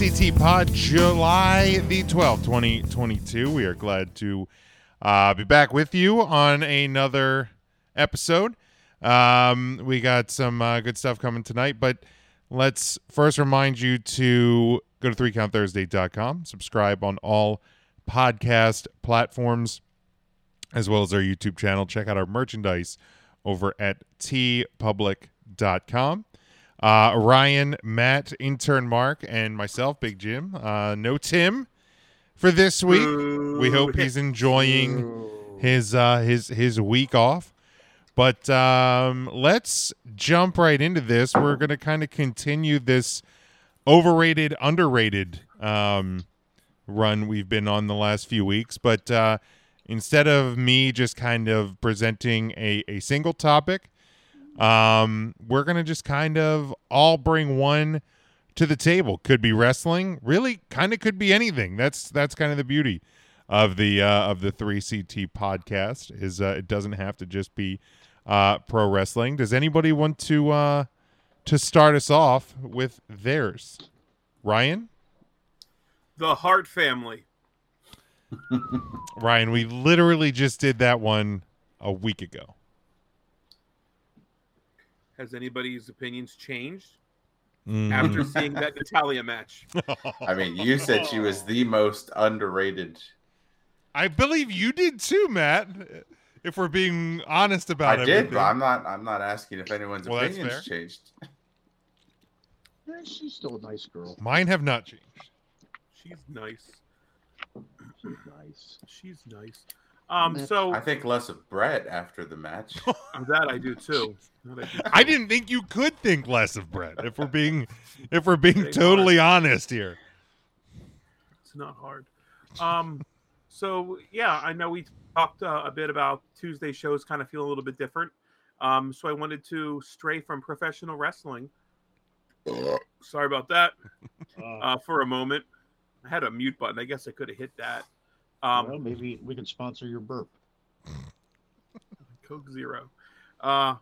TNT Pod, July the 12th, 2022. We are glad to uh, be back with you on another episode. Um, we got some uh, good stuff coming tonight, but let's first remind you to go to 3countthursday.com, subscribe on all podcast platforms, as well as our YouTube channel. Check out our merchandise over at tpublic.com. Uh, Ryan, Matt, intern Mark, and myself, Big Jim. Uh, no Tim for this week. We hope he's enjoying his uh, his his week off. But um, let's jump right into this. We're going to kind of continue this overrated, underrated um, run we've been on the last few weeks. But uh, instead of me just kind of presenting a, a single topic, um, we're gonna just kind of all bring one to the table. Could be wrestling, really, kind of could be anything. That's that's kind of the beauty of the uh, of the three CT podcast is uh, it doesn't have to just be uh, pro wrestling. Does anybody want to uh, to start us off with theirs? Ryan, The Hart family. Ryan, we literally just did that one a week ago. Has anybody's opinions changed Mm. after seeing that Natalia match? I mean, you said she was the most underrated. I believe you did too, Matt. If we're being honest I about it, did, but I'm not. I'm not asking if anyone's Well, that's opinions fair. changed. Yeah, she's still a nice girl. mine have not changed. She's nice. She's nice. She's nice. Um, so uh, I think less of Brett after the match. that I do too. That I do. I didn't think you could think less of Brett. If we're being, if we're being They totally honest here, It's not hard. Um, so yeah, I know we talked uh, a bit about Tuesday shows kind of feel a little bit different. Um, so I wanted to stray from professional wrestling. Sorry about that. Uh, for a moment, I had a mute button. I guess I could have hit that. Um, well, maybe we can sponsor your burp. Coke Zero. Uh,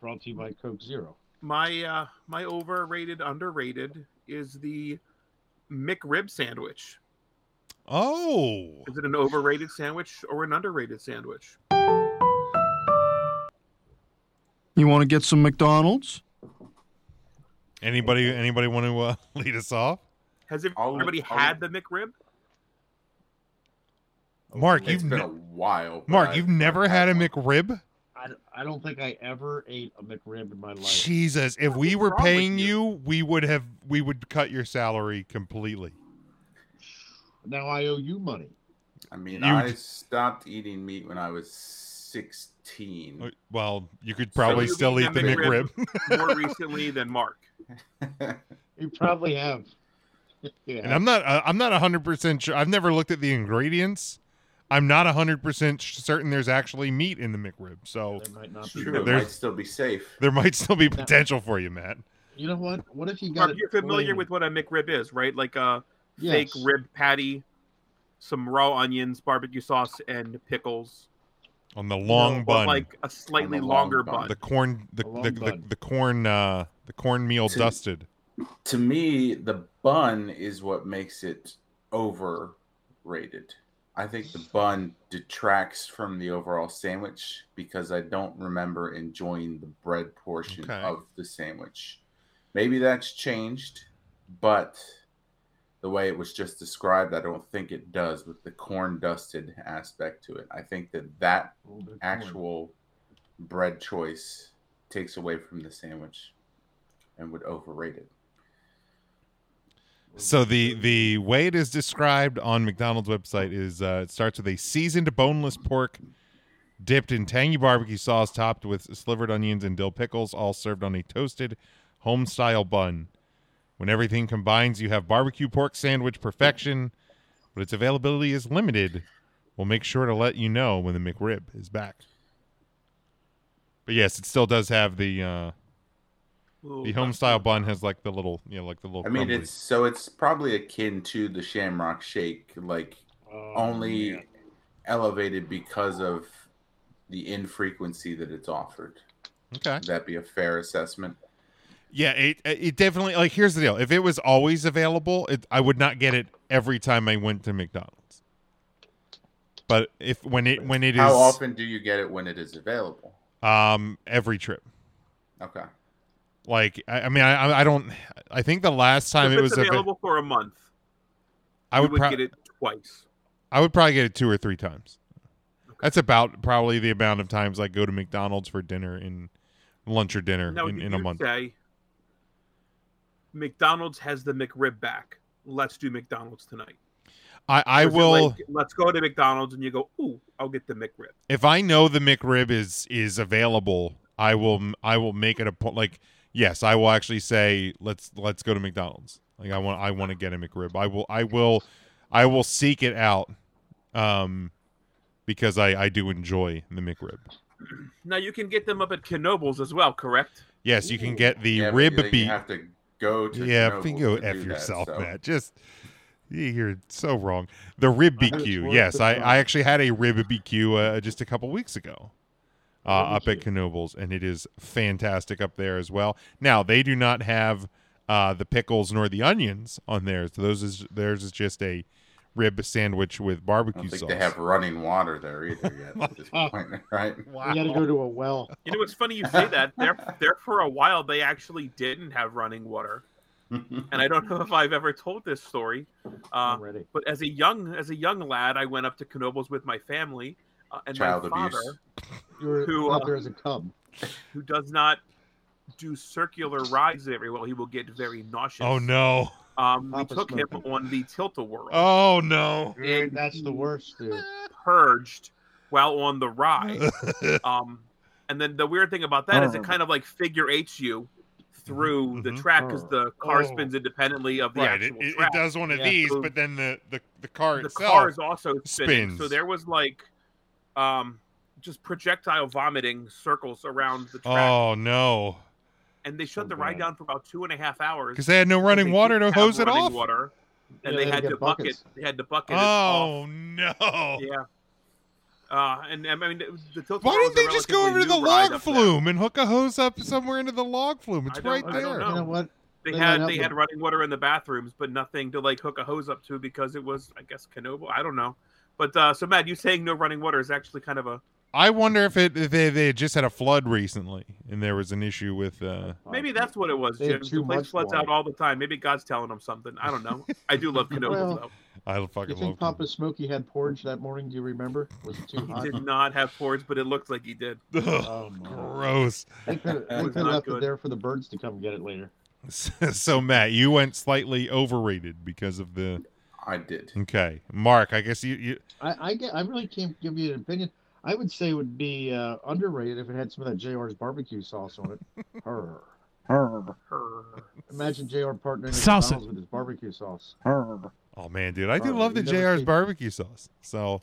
Brought to you by Coke Zero. my uh, my overrated underrated is the McRib sandwich. oh, Is it an overrated sandwich or an underrated sandwich? You want to get some McDonald's? anybody, anybody want to uh, lead us off? Has I'll- everybody I'll- had the McRib? Mark, It's you've been ne- a while. but Mark, I- you've never I've had a one. McRib. I, I don't think I ever ate a McRib in my life. Jesus, if we What's were wrong with paying you? you, we would have, we would cut your salary completely. Now I owe you money. I mean, You- I stopped eating meat when I was 16. Uh, Well, you could So probably you've still eat eaten the a McRib. McRib? More recently than Mark. You probably have. yeah. And I'm not uh, I'm not 100% sure. I've never looked at the ingredients. I'm not 100% sh- certain there's actually meat in the McRib. So There might not be. True, it There's- might still be safe. there might still be potential for you, Matt. You know what? What if you got Mark, it you're familiar plain? with what a McRib is, right? Like a fake Yes. rib patty, some raw onions, barbecue sauce, and pickles. On the long No, But bun, like a slightly On the long longer bun. bun. the corn the A long the, the, bun. the corn uh the cornmeal To- dusted. To me, the bun is what makes it overrated. I think the bun detracts from the overall sandwich because I don't remember enjoying the bread portion Okay. of the sandwich. Maybe that's changed, but the way it was just described, I don't think it does with the corn dusted aspect to it. I think that that A little bit of corn. actual bread choice takes away from the sandwich and would overrate it. So the the way it is described on McDonald's website is uh, it starts with a seasoned boneless pork dipped in tangy barbecue sauce, topped with slivered onions and dill pickles, all served on a toasted home style bun. When everything combines, you have barbecue pork sandwich perfection, but its availability is limited. We'll make sure to let you know when the McRib is back. But yes, it still does have the uh, Little- the home style bun has like the little you know like the little. I mean, crumbly. it's so it's probably akin to the Shamrock Shake, like Oh, only man. elevated because of the infrequency that it's offered. okay. Would that be a fair assessment? Yeah, it it definitely like here's the deal. If it was always available, it, I would not get it every time I went to McDonald's. But if when it when it is How often do you get it when it is available? um every trip. Okay. Like I, I mean I I- I don't I think the last time if it it's was ava- available for a month, I you would, would pro- get it twice. I would probably get it two or three times. That's about probably the amount of times I go to McDonald's for dinner in lunch or dinner Now, in, did in a you month. say McDonald's has the McRib back. Let's do McDonald's tonight. I, I Or is it will like, let's go to McDonald's, and you go. Ooh, I'll get the McRib. if I know the McRib is is available, I will I will make it a point. Like yes, I will actually say let's let's go to McDonald's. Like I want I want to get a McRib. I will I will I will seek it out, um, because I I do enjoy the McRib. Now you can get them up at Knobles as well, correct? Yes, you can get the Yeah, but rib you, like, beat. You have to go to yeah, Knoebels I think you to f do that, yourself, so. Matt. Just you- you're so wrong. The rib It's BQ. worth Yes, the I, time. I actually had a rib BQ uh, just a couple weeks ago uh, up at Knoebels, and it is fantastic up there as well. Now they do not have uh, the pickles nor the onions on theirs. Those is theirs is just a rib sandwich with I barbecue don't think sauce. they have running water there either yet at this point, right? wow. You got to go to a well. You know, it's funny you say that. There, there for a while, they actually didn't have running water, and I don't know if I've ever told this story. Uh, already. but as a young, as a young lad, I went up to Knoebels with my family, uh, and Child my father, abuse. You were who, out uh, there as a cub. who does not do circular rides every well, he will get very nauseous. oh no! Um, we Papa's took him smoking. on the Tilt-A-Whirl, Oh no! Dude, that's the worst, dude. purged while on the ride. Um, and then the weird thing about that is Oh. it kind of like figure eights you through the Mhm. track because the car Oh. spins independently of the right, it, actual it, it track. does one of Yeah. these, So but then the the, the car the itself. car is also spinning. So spins. there was like, um, just projectile vomiting circles around the track, oh no! and they shut Oh, the ride God. down for about two and a half hours. Because they had no because they running water to didn't hose have it running off. Water, and Yeah, they, they had get to bucket. buckets. They had to bucket. Oh it off. no! yeah. Uh, and I mean, the tilt. Why didn't they just go over to the log flume and hook a hose up somewhere into the log flume? It's I don't- right I there. don't You No. know what? They They had might they have had them. running water in the bathrooms, but nothing to like hook a hose up to because it was, I guess, Canoble. I don't know. But uh, so, Matt, you saying no running water is actually kind of a I wonder if it if they they had just had a flood recently and there was an issue with. uh maybe that's what it was. They Jim. had The too place much floods out water. all the time. Maybe God's telling them something. I don't know. I do love Canoble Well, I You fucking think love. Papa Smokey had porridge that morning? Do you remember? Was it too though. hot? He did not have fords, but it looked like he did. Ugh, Oh, my. Gross. They could That have was not left good. it there for the birds to come get it later. so Matt, you went slightly overrated because of the. I did. Okay, Mark. I guess you you. I, I get. I really can't give you an opinion. I would say it would be uh, underrated if it had some of that JR's barbecue sauce on it. Her. Her. Imagine JR partnering with Salsa. McDonald's with his barbecue sauce. Oh man, dude, I do Barbecue. love the You never Jr's see- barbecue sauce. So,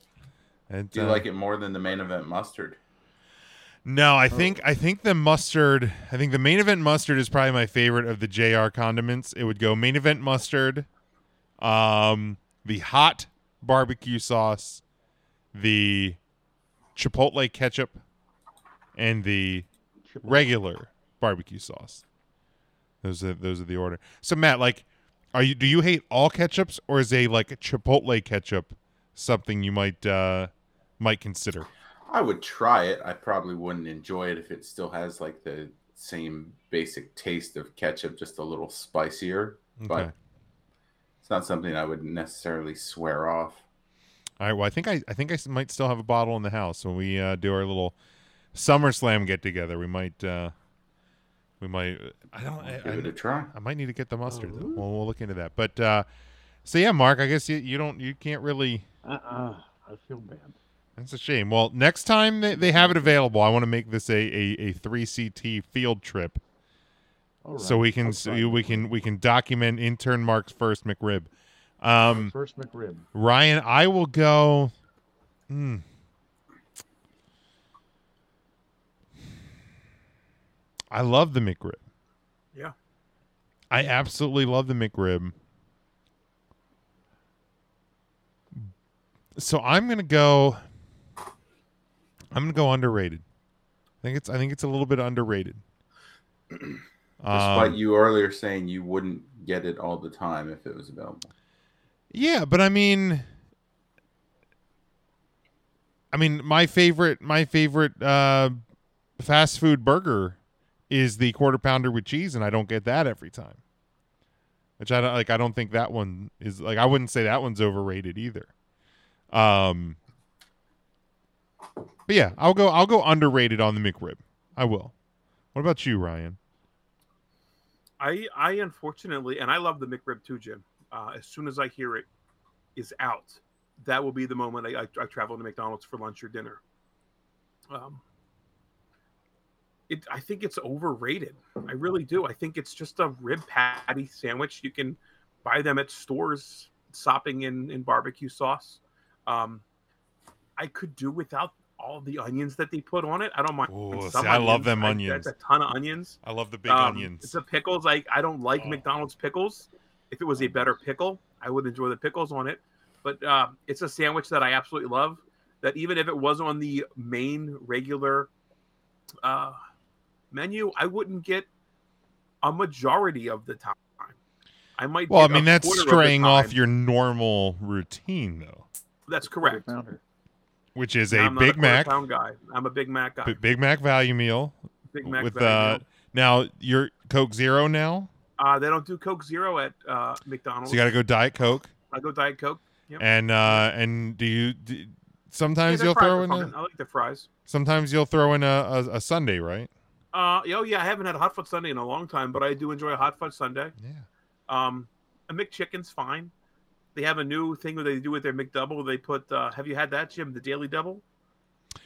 and Do you uh, like it more than the main event mustard? No, I think I think the mustard. I think the main event mustard is probably my favorite of the JR condiments. It would go main event mustard, um, the hot barbecue sauce, the chipotle ketchup, and the regular barbecue sauce. Those are those are the order. So Matt, like, are you do you hate all ketchups or is a like chipotle ketchup something you might uh might consider? I would try it. I probably wouldn't enjoy it if it still has like the same basic taste of ketchup, just a little spicier. But it's not something I would necessarily swear off. All right. Well, I think I, I think I s- might still have a bottle in the house when we uh, do our little SummerSlam get together. We might, uh, we might. I don't. I, Give it a I, try. I might need to get the mustard. though. Well, we'll look into that. But uh, so yeah, Mark. I guess you, you don't. You can't really. Uh-uh. I feel bad. That's a shame. Well, next time they, they have it available, I want to make this a a, a three CT field trip All right. so we can I'll so try it. we can we can document intern Mark's first McRib. Um, First McRib. Ryan, I will go. Hmm. I love the McRib. Yeah. I absolutely love the McRib. So I'm gonna go. I'm gonna go underrated. I think it's. I think it's a little bit underrated. Despite Um, you earlier saying you wouldn't get it all the time if it was available. Yeah, but I mean, I mean, my favorite, my favorite uh, fast food burger is the quarter pounder with cheese, and I don't get that every time. Which I don't like. I don't think that one is like. I wouldn't say that one's overrated either. Um, but yeah, I'll go. I'll go underrated on the McRib. I will. What about you, Ryan? I I unfortunately, and I love the McRib too, Jim. Uh, as soon as I hear it is out, that will be the moment I, I, I travel to McDonald's for lunch or dinner. Um, it I think it's overrated. I really do. I think it's just a rib patty sandwich. You can buy them at stores, sopping in in barbecue sauce. Um, I could do without all the onions that they put on it. I don't mind. Ooh, some see, I love them onions. That's a ton of onions. I love the big Um, onions. The pickles, like I don't like Oh. McDonald's pickles. If it was a better pickle, I would enjoy the pickles on it. But uh, it's a sandwich that I absolutely love. That even if it was on the main regular uh, menu, I wouldn't get a majority of the time. I might. well, I get a mean, that's uh, quarter of the straying off time. your normal routine, though. That's correct. Pounder. which is I'm a not Big quarter Mac, pound guy. I'm a Big Mac guy. B- Big Mac value meal Big Mac with value. uh now your Coke Zero now, uh, they don't do Coke Zero at uh, McDonald's. so you got to go Diet Coke I go Diet Coke. Yep. and uh and do you do, Yeah, sometimes their you'll fries throw are in fine. a, I like the fries. sometimes you'll throw in a, a, a Sunday right? Uh, oh yeah, I haven't had a hot fudge sundae in a long time, but I do enjoy a hot fudge sundae. Yeah, Um, a McChicken's fine. They have a new thing that they do with their McDouble. They put. Uh, have you had that, Jim? The Daily Double.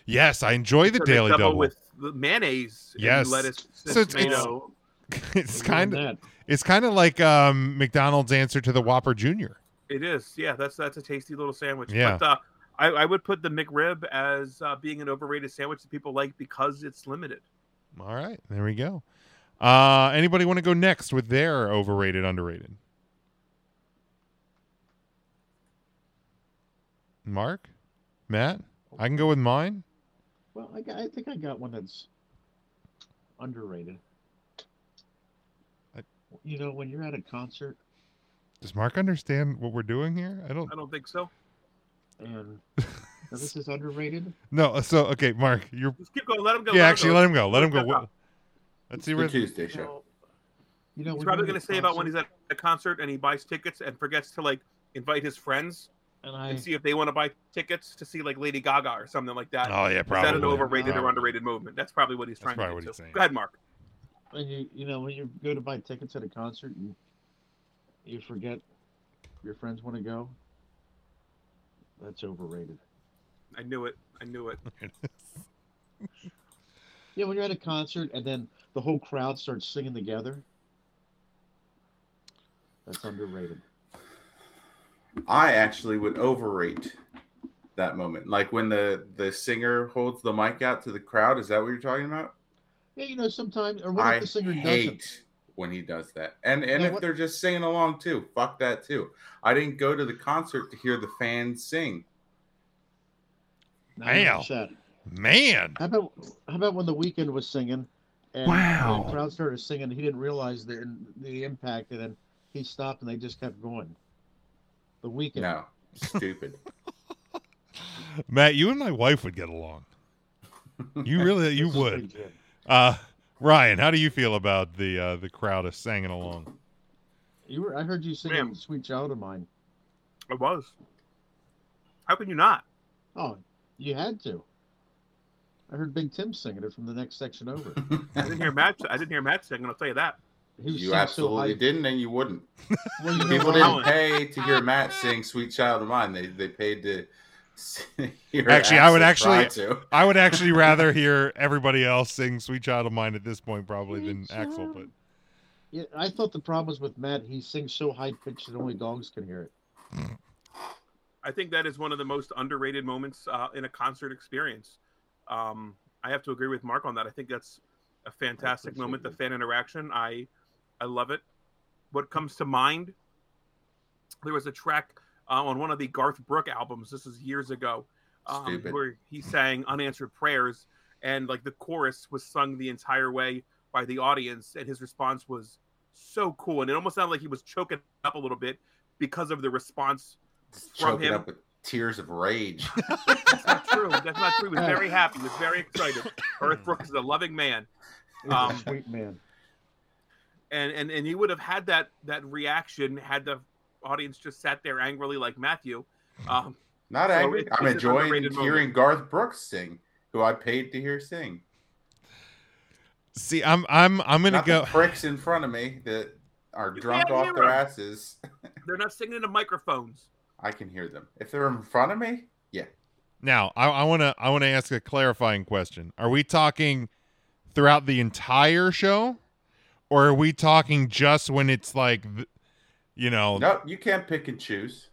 yes, I enjoy the It's a daily double. with the mayonnaise, and Yes. lettuce, and So it's- it's- tomato. it's I'm doing kind of that. it's kind of like um McDonald's answer to the Whopper Junior. It is. Yeah, that's that's a tasty little sandwich. Yeah. But, uh, I, I would put the McRib as uh, being an overrated sandwich that people like because it's limited. All right, there we go. Uh, anybody want to go next with their overrated, underrated? Mark, Matt, I can go with mine. Well, I, got- I think I got one that's underrated. I- You know, when you're at a concert Does Mark understand what we're doing here? I don't. I don't think so. and now this is underrated. No. So okay, Mark, you're. Just keep going. Let him go. yeah, let 'em actually, go. let him go. Let him go. Let 'em go. Let's see The where. Tuesday show. You know, He's when probably you're going at to a say about when concert, he's at a concert and he buys tickets and forgets to like invite his friends and I and see if they want to buy tickets to see like Lady Gaga or something like that. Oh yeah, Is probably. that an overrated Probably. or underrated movement? That's probably what he's That's trying to probably get what he's to. saying. Go ahead, Mark. when you you know when you go to buy tickets at a concert and you forget your friends want to go that's overrated I knew it. I knew it. yeah when you're at a concert and then the whole crowd starts singing together that's underrated I actually would overrate that moment. Like when the the singer holds the mic out to the crowd, is that what you're talking about? yeah you know sometimes or what I if the singer doesn't hate when he does that. And and Now if what- they're just singing along too, fuck that too. I didn't go to the concert to hear the fans sing. Now I'm Ow. upset. Man. how about how about when the weekend was singing and Wow. the crowd started singing he didn't realize the the impact and then he stopped and they just kept going the weekend No, stupid. Matt, you and my wife would get along. You really, you This is would. pretty good. Uh, Ryan, how do you feel about the uh, the crowd of singing along? You were, I heard you singing Ma'am. "Sweet Child of Mine." It was. How can you not? Oh, you had to. I heard Big Tim singing it from the next section over. I didn't hear Matt. I didn't hear Matt singing. I'll tell you that. He was you singing absolutely so high. didn't, and you wouldn't. Well, you know People why? didn't pay to hear Matt sing "Sweet Child of Mine." They they paid to s- hear. Actually, I would Axl try actually- to. I would actually rather hear everybody else sing "Sweet Child of Mine" at this point, probably than Sweet Axel. child. But Yeah, I thought the problem was with Matt. He sings so high pitched that only dogs can hear it. I think that is one of the most underrated moments uh, in a concert experience. Um, I have to agree with Mark on that. I think that's a fantastic appreciate moment. The you. fan interaction, I, I love it. What comes to mind? There was a track uh, on one of the Garth Brooke albums. This is years ago, um, Stupid. where he sang "Unanswered Prayers," and like the chorus was sung the entire way by the audience, and his response was so cool, and it almost sounded like he was choking up a little bit because of the response. Just From choking him. up with tears of rage. That's not true. That's not true. He was very happy. He was very excited. Earth Brooks is a loving man. He's a Um, sweet man. and and and he would have had that that reaction had the audience just sat there angrily like Matthew. Um, Not So angry. it's- I'm it's an enjoying underrated moment. hearing Garth Brooks sing, who I paid to hear sing. See, I'm I'm I'm gonna Not go. the pricks in front of me that are You drunk can't off hear their 'em. asses. they're not singing into microphones. I can hear them. If they're in front of me, yeah. Now, I, I want to I want to ask a clarifying question. Are we talking throughout the entire show, or are we talking just when it's like, th- you know, No, you can't pick and choose.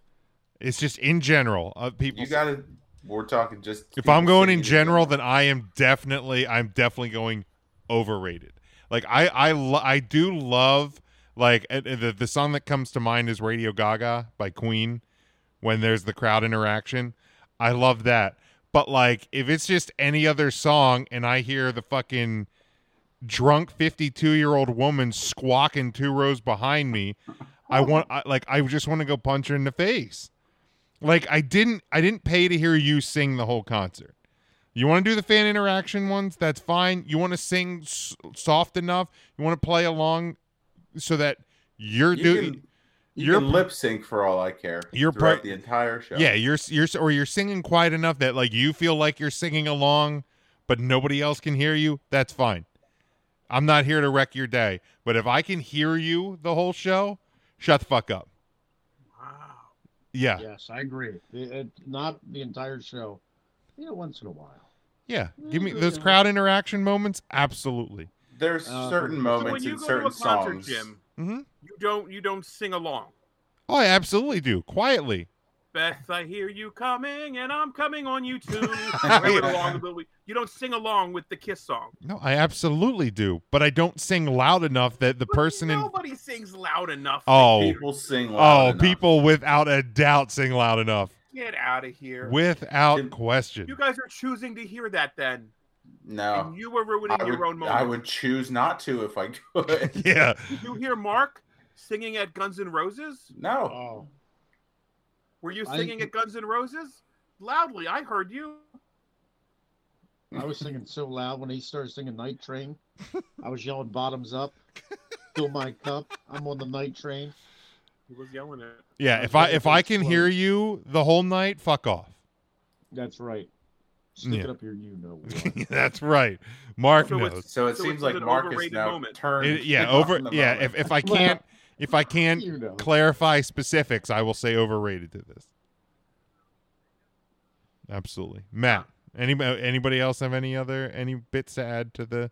it's just in general? Uh, people. You gotta. We're talking just. if people I'm going in singing general, then I am definitely I'm definitely going overrated. Like I I lo- I do love like and- and the the song that comes to mind is Radio Gaga by Queen when there's the crowd interaction. I love that. But like if it's just any other song and I hear the fucking drunk 52-year-old woman squawking two rows behind me, I want I, like I just want to go punch her in the face. Like I didn't I didn't pay to hear you sing the whole concert. You want to do the fan interaction ones? That's fine. You want to sing s- soft enough? You want to play along so that you're You doing can, you you're- can lip sync for all I care. You're throughout part- the entire show. yeah, you're s- you're s- or you're singing quiet enough that like you feel like you're singing along, but nobody else can hear you. That's fine. I'm not here to wreck your day, but if I can hear you the whole show, shut the fuck up. Wow. Yeah, yeah. Yes, I agree. It- it- not the entire show. You know, once in a while. Give me Yeah, those yeah. crowd interaction moments. Absolutely. There's Uh, certain so So when moments you in go to a certain concert, songs. Jim, hmm you don't you don't sing along. Oh, I absolutely do. Quietly. Beth, I hear you coming, and I'm coming on you too. Whatever the long of the week- you don't sing along with the Kiss song. No, I absolutely do. But I don't sing loud enough that the But person in nobody sings loud enough. to oh People sing oh loud enough. people without a doubt sing loud enough get out of here. without Jim, question. you guys are choosing to hear that then, No, and you were ruining Oh. I your would, own moment. I would choose not to if I could. Yeah. Did you hear Mark singing at Guns N' Roses? no, Oh, Were you I- singing at Guns N' Roses? Loudly, I heard you. Oh, Uh, I was singing so loud when he started singing Night Train. I was yelling bottoms up, fill my cup. I'm on the night train. He was yelling it. Yeah, I if feel I like if I it's can slow. hear you the whole night, fuck off. That's right. Stick Yeah. it up your you know. what. That's right. Mark So it's- knows. so it So seems it's like an Marcus overrated now moment. turned. It- yeah, off over in the yeah, moment. if, if I can't if I can't you know. clarify specifics, I will say overrated to this. Absolutely. Matt, anybody anybody else have any other any bits to add to the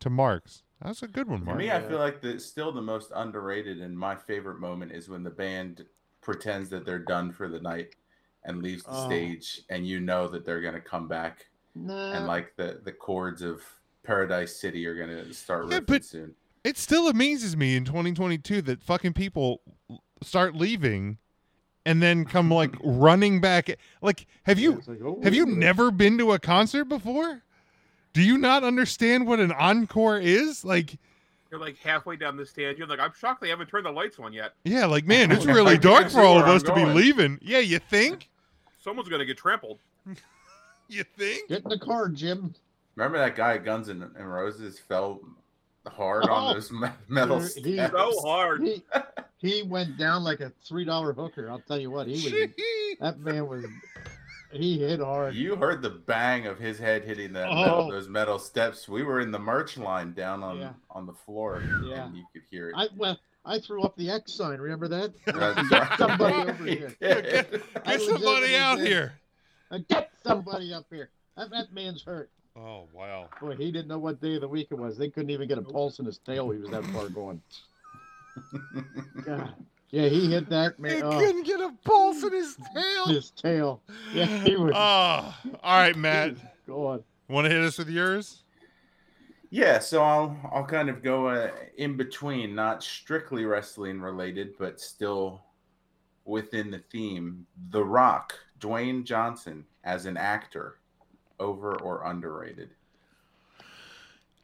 to Mark's? That's a good one, For Mark. me, I Yeah. feel like the still the most underrated and my favorite moment is when the band pretends that they're done for the night and leaves the Oh. stage, and you know that they're gonna come back, Nah. and like the the chords of Paradise City are gonna start Yeah, ripping but- soon. It still amazes me in 2022 that fucking people l- start leaving and then come like running back. Like, have you It's like, oh, Have you wait a minute. never been to a concert before? Do you not understand what an encore is? Like, You're like halfway down the stand. You're like, I'm shocked they haven't turned the lights on yet. yeah, like man, it's I really can't dark see for all where of I'm us to be going. leaving. Yeah, you think? Someone's gonna get trampled. You think? Get in the car, Jim. Remember that guy at Guns and, Roses fell hard on those me- metal Oh. He- he- steps. So hard. He, he went down like a three dollar hooker. I'll tell you what, he was that man was he hit hard. You heard the bang of his head hitting that Oh. metal, those metal steps. We were in the merch line down on Yeah. on the floor, Yeah. and you could hear it. I well, I threw up the X sign. Remember that? That's Get right. somebody over here. I Get somebody legitimately out did. here. Uh, Get somebody up here. That, that man's hurt. Oh wow. Boy, he didn't know what day of the week it was. They couldn't even get a pulse in his tail. He was that far gone. God. Yeah, he hit that man. Oh, get a pulse in his tail. his tail. Yeah, he was. Oh, all right, Matt. God. Want to hit us with yours? yeah, so I'll I'll kind of go uh, in between, not strictly wrestling related, but still within the theme. The Rock, Dwayne Johnson, as an actor, over or underrated?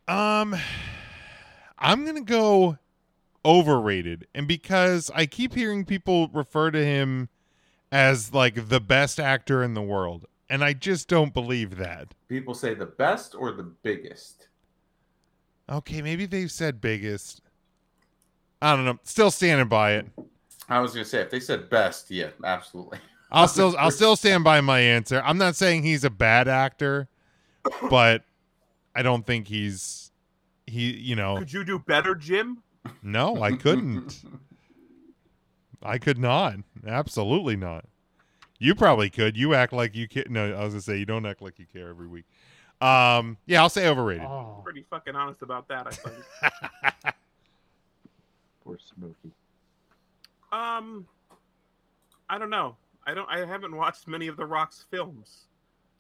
Um, I'm gonna go overrated, and because I keep hearing people refer to him as like the best actor in the world, and I just don't believe that. People say the best or the biggest. Okay, maybe they've said biggest. I don't know. Still standing by it. I was gonna say if they said best, yeah, absolutely. I'll still I'll still stand by my answer. I'm not saying he's a bad actor, but I don't think he's he you Oh. know Could you do better, Jim? no, Oh, I couldn't. I could not. Absolutely not. You probably could. You act like you care. No, I was gonna say you don't act like you care every week. Um, yeah, I'll say overrated. Oh, Pretty fucking honest about that, I think. poor Smokey. Um, I don't know. I don't. I haven't watched many of The Rock's films,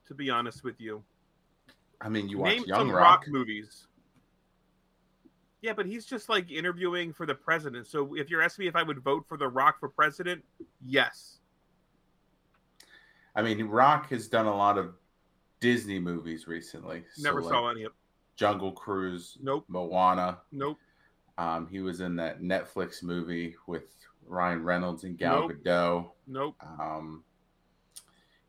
to be honest with you. I mean, you watch Name Young some Rock. movies. Yeah, but he's just like interviewing for the president. So if you're asking me if I would vote for The Rock for president, yes. I mean, Rock has done a lot of Disney movies recently. So, Never like, saw any of. Jungle Cruise, Nope. Moana. Nope. Um, he was in that Netflix movie with Ryan Reynolds and Gal Nope. Gadot. Nope. Um,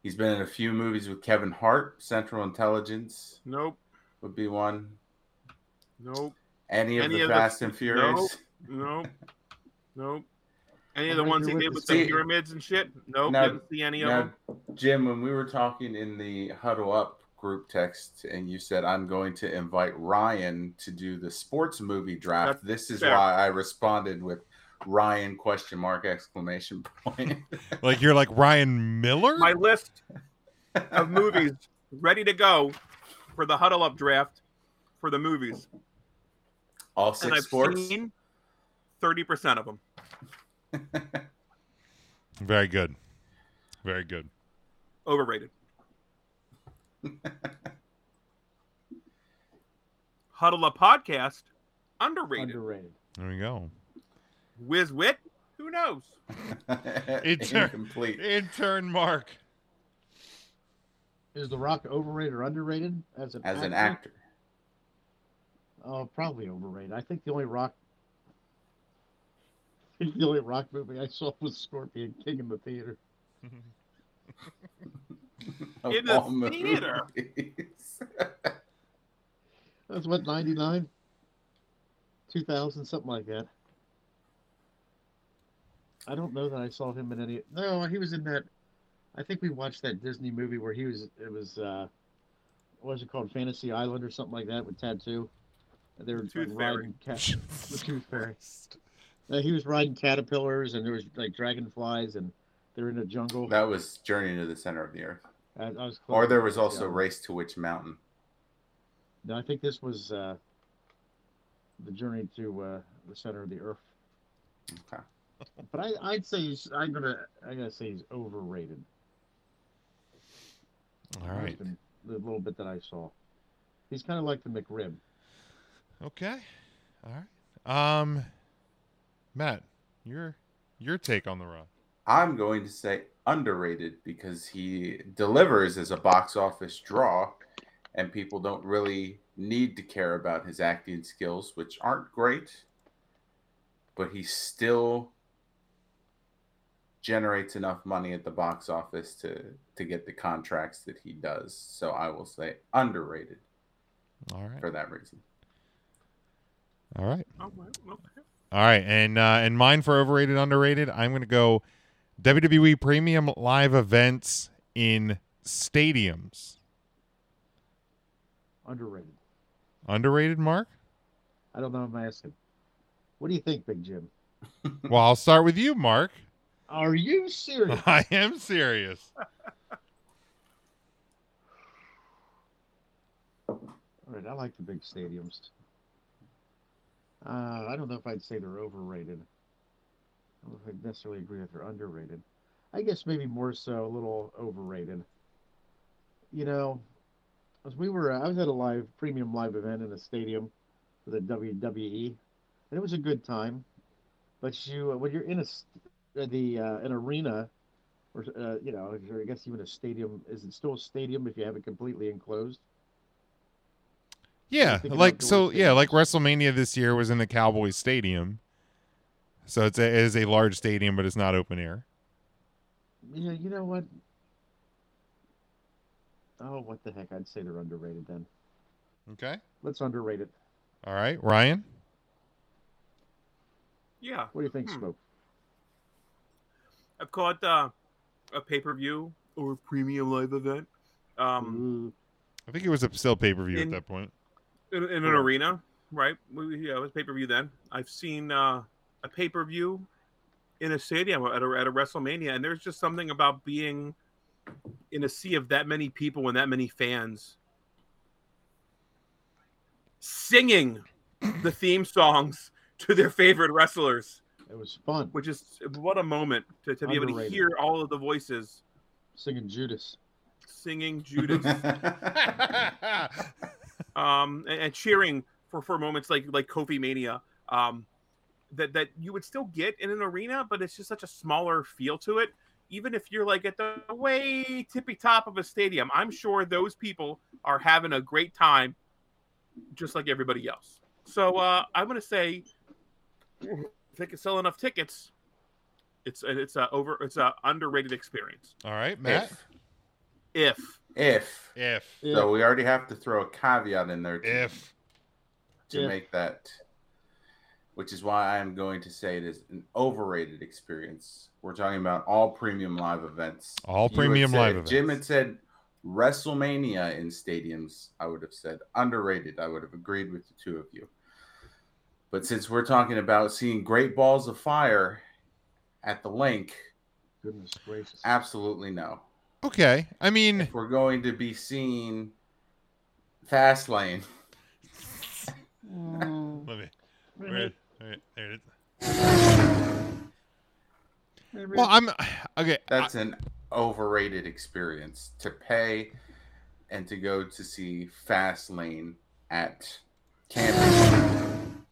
he's been in a few movies with Kevin Hart. Central Intelligence Nope. would be one. Nope. Any of Any the of the- Fast and Furious? Nope. nope. Any of the What did ones you he with did the with sea? the pyramids and shit? Nope. No. Didn't see any of Now, them. Jim, when we were talking in the huddle up group text, and you said I'm going to invite Ryan to do the sports movie draft. this is fair. why I responded with Ryan question mark exclamation point. Like you're like Ryan Miller. My list of movies ready to go for the huddle up draft for the movies. All and 6 I've sports. seen 30% of them. Very good. Very good. Overrated. huddle up podcast. Underrated. Underrated. There we go. Whiz wit. Who knows? It's- incomplete. Intern Mark. Is The Rock overrated or underrated as an As an actor? actor, Oh, probably overrated. I think the only rock, I think the only rock movie I saw was Scorpion King in the theater. of In the all movies. theater. That's what ninety nine, two thousand, something like that. I don't know that I saw him in any. No, he was in that. I think we watched that Disney movie where he was. It was. uh What was it called? Fantasy Island or something like that with tattoo. They were Tooth like, Fairy. riding cat. the Tooth Fairy. Uh, he was riding caterpillars and there was like dragonflies and they're in a jungle. that was Journey to the Center of the Earth. I, I was Or close. there was also Yeah. Race to Which Mountain. No, I think this was uh, the journey to uh, the center of the earth. Okay. But I, I'd say he's, I'm gonna I'm gonna say he's overrated. All right. Based on The little bit that I saw, he's kind of like the McRib. Okay. All right. Um, Matt, your your take on the rock. I'm going to say underrated because he delivers as a box office draw, and people don't really need to care about his acting skills, which aren't great, but he still generates enough money at the box office to to get the contracts that he does. So I will say underrated All right. for that reason. All right. Oh, well, okay. All right. And uh, and mine for overrated, underrated. I'm gonna go WWE Premium Live events in stadiums. Underrated. Underrated, Mark. I don't know. I'm asking. What do you think, Big Jim? Well, I'll start with you, Mark. Are you serious? I am serious. All right, I like the big stadiums. Uh, I don't know if I'd say they're overrated. I don't know if I necessarily agree that they're underrated. I guess maybe more so a little overrated. You know, as we were, I was at a live premium live event in a stadium for the WWE, and it was a good time. But you, when you're in a st- uh, the uh, an arena, or uh, you know, or I guess even a stadium, is it still a stadium if you have it completely enclosed? Yeah, thinking like outdoor so. Yeah, things. like WrestleMania this year was in the Cowboys Stadium, so it's a, it is a large stadium, but it's not open air. Yeah, you know what? Oh, what the heck? I'd say they're underrated then. Okay. Let's underrate it. All right, Ryan. Yeah, What do you think, Hmm. Smoke? I've caught uh, a pay per view or premium live event um, Ooh, I think it was a still pay per view at In- that point. in, in an Correct. arena, right? We, we- yeah, it was pay per view then. I've seen uh, a pay per view in a stadium at a, at a WrestleMania, and there's just something about being in a sea of that many people and that many fans singing the theme songs to their favorite wrestlers, it was fun which is what a moment to, to be able to Underrated. hear all of the voices singing Judas. singing Judas. um, and, and cheering for, for moments like like Kofi Mania um, that that you would still get in an arena, but it's just such a smaller feel to it. Even if you're like at the way tippy top of a stadium, I'm sure those people are having a great time, just like everybody else. So uh, I'm gonna say, if they can sell enough tickets, it's it's a over it's a underrated experience. All right, Matt. if, If if. If Yeah. So we already have to throw a caveat in there to, if to If. make that, which is why I am going to say it is an overrated experience. We're talking about all premium live events. all You had premium said- live if events. Jim had said WrestleMania in stadiums, I would have said underrated. I would have agreed with the two of you. But since we're talking about seeing great balls of fire at the link, Goodness gracious. absolutely no. okay, I mean, If we're going to be seeing Fast Lane, let me. Wait, wait, there it is. Well, I'm okay. I- that's an overrated experience to pay and to go to see Fast Lane at camping.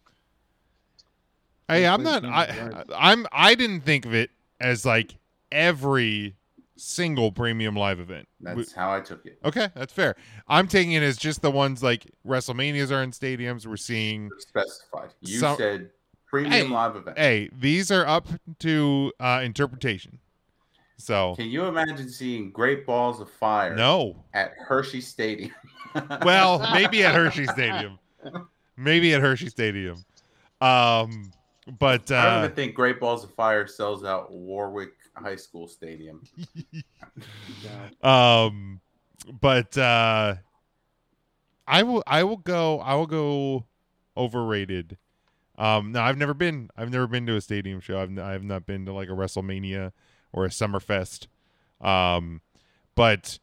Hey, I'm Please not. do I, enjoy. I'm. I didn't think of it as like every single premium live event. W- That's how I took it. okay, that's fair. I'm taking it as just the ones like WrestleManias are in stadiums. We're seeing. Specified. You So- said premium Hey, live event. Hey, these are up to uh, interpretation. So Can you imagine seeing Great Balls of Fire no. at Hershey Stadium? Well, maybe at Hershey Stadium. Maybe at Hershey Stadium. Um, but I don't uh, even think Great Balls of Fire sells out Warwick High School Stadium. Yeah. um but uh i will i will go i will go overrated um no i've never been i've never been to a stadium show i've, n- I've not been to like a wrestlemania or a summerfest um but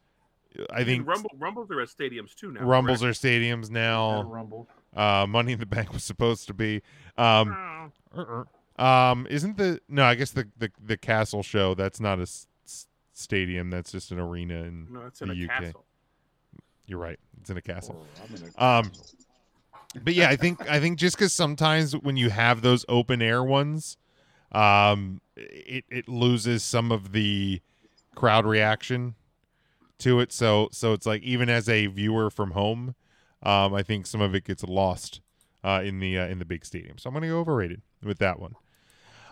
i I think Rumble Rumbles are at stadiums too now. rumbles correct? are stadiums Gotta now Rumble. uh money in the bank was supposed to be um uh-uh. um isn't the no i guess the the, the castle show that's not a s- s- stadium that's just an arena and Oh, no, it's in the a UK. castle. you're right it's in a castle Or I'm in a Um, castle. but yeah, I think I think just because sometimes when you have those open air ones, um, it it loses some of the crowd reaction to it. So so it's like even as a viewer from home, um, I think some of it gets lost uh, in the uh, in the big stadium. So I'm gonna go overrated with that one.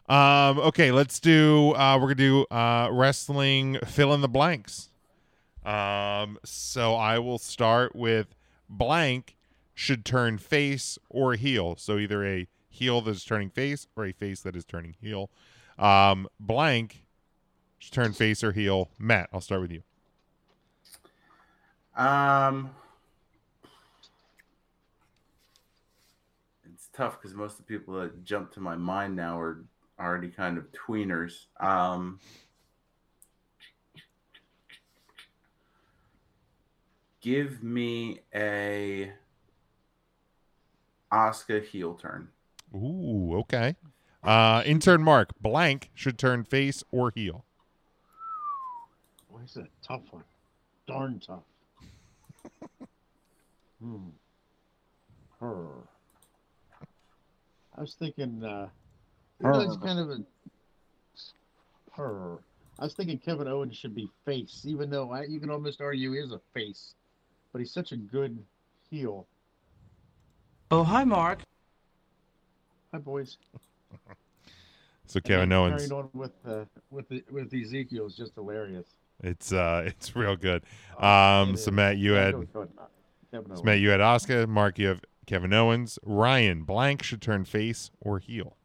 Um, okay, let's do. Uh, we're gonna do uh, wrestling fill in the blanks. Um, so I will start with blank should turn face or heel. So either a heel that is turning face or a face that is turning heel. Um, blank should turn face or heel. Matt, I'll start with you. Um, it's tough because most of the people that jump to my mind now are already kind of tweeners. Um, give me a Oscar heel turn. Ooh, okay. Uh, intern Mark, blank should turn face or heel. Boy, this is a tough one. Darn tough. hmm. Her. I was thinking, uh, you know, it's kind of a. Her. I was thinking Kevin Owens should be face, even though I, you can almost argue he is a face, but he's such a good heel Oh, hi, Mark. Hi, boys. So Kevin And Owens, Carrying on with uh, with the, with Ezekiel is just hilarious. it's uh, it's real good. Oh, Um, it so is. Matt, you I'm had going for it. Kevin so Owens. Matt, you had Oscar. Mark, you have Kevin Owens. Ryan Blank should turn face or heel.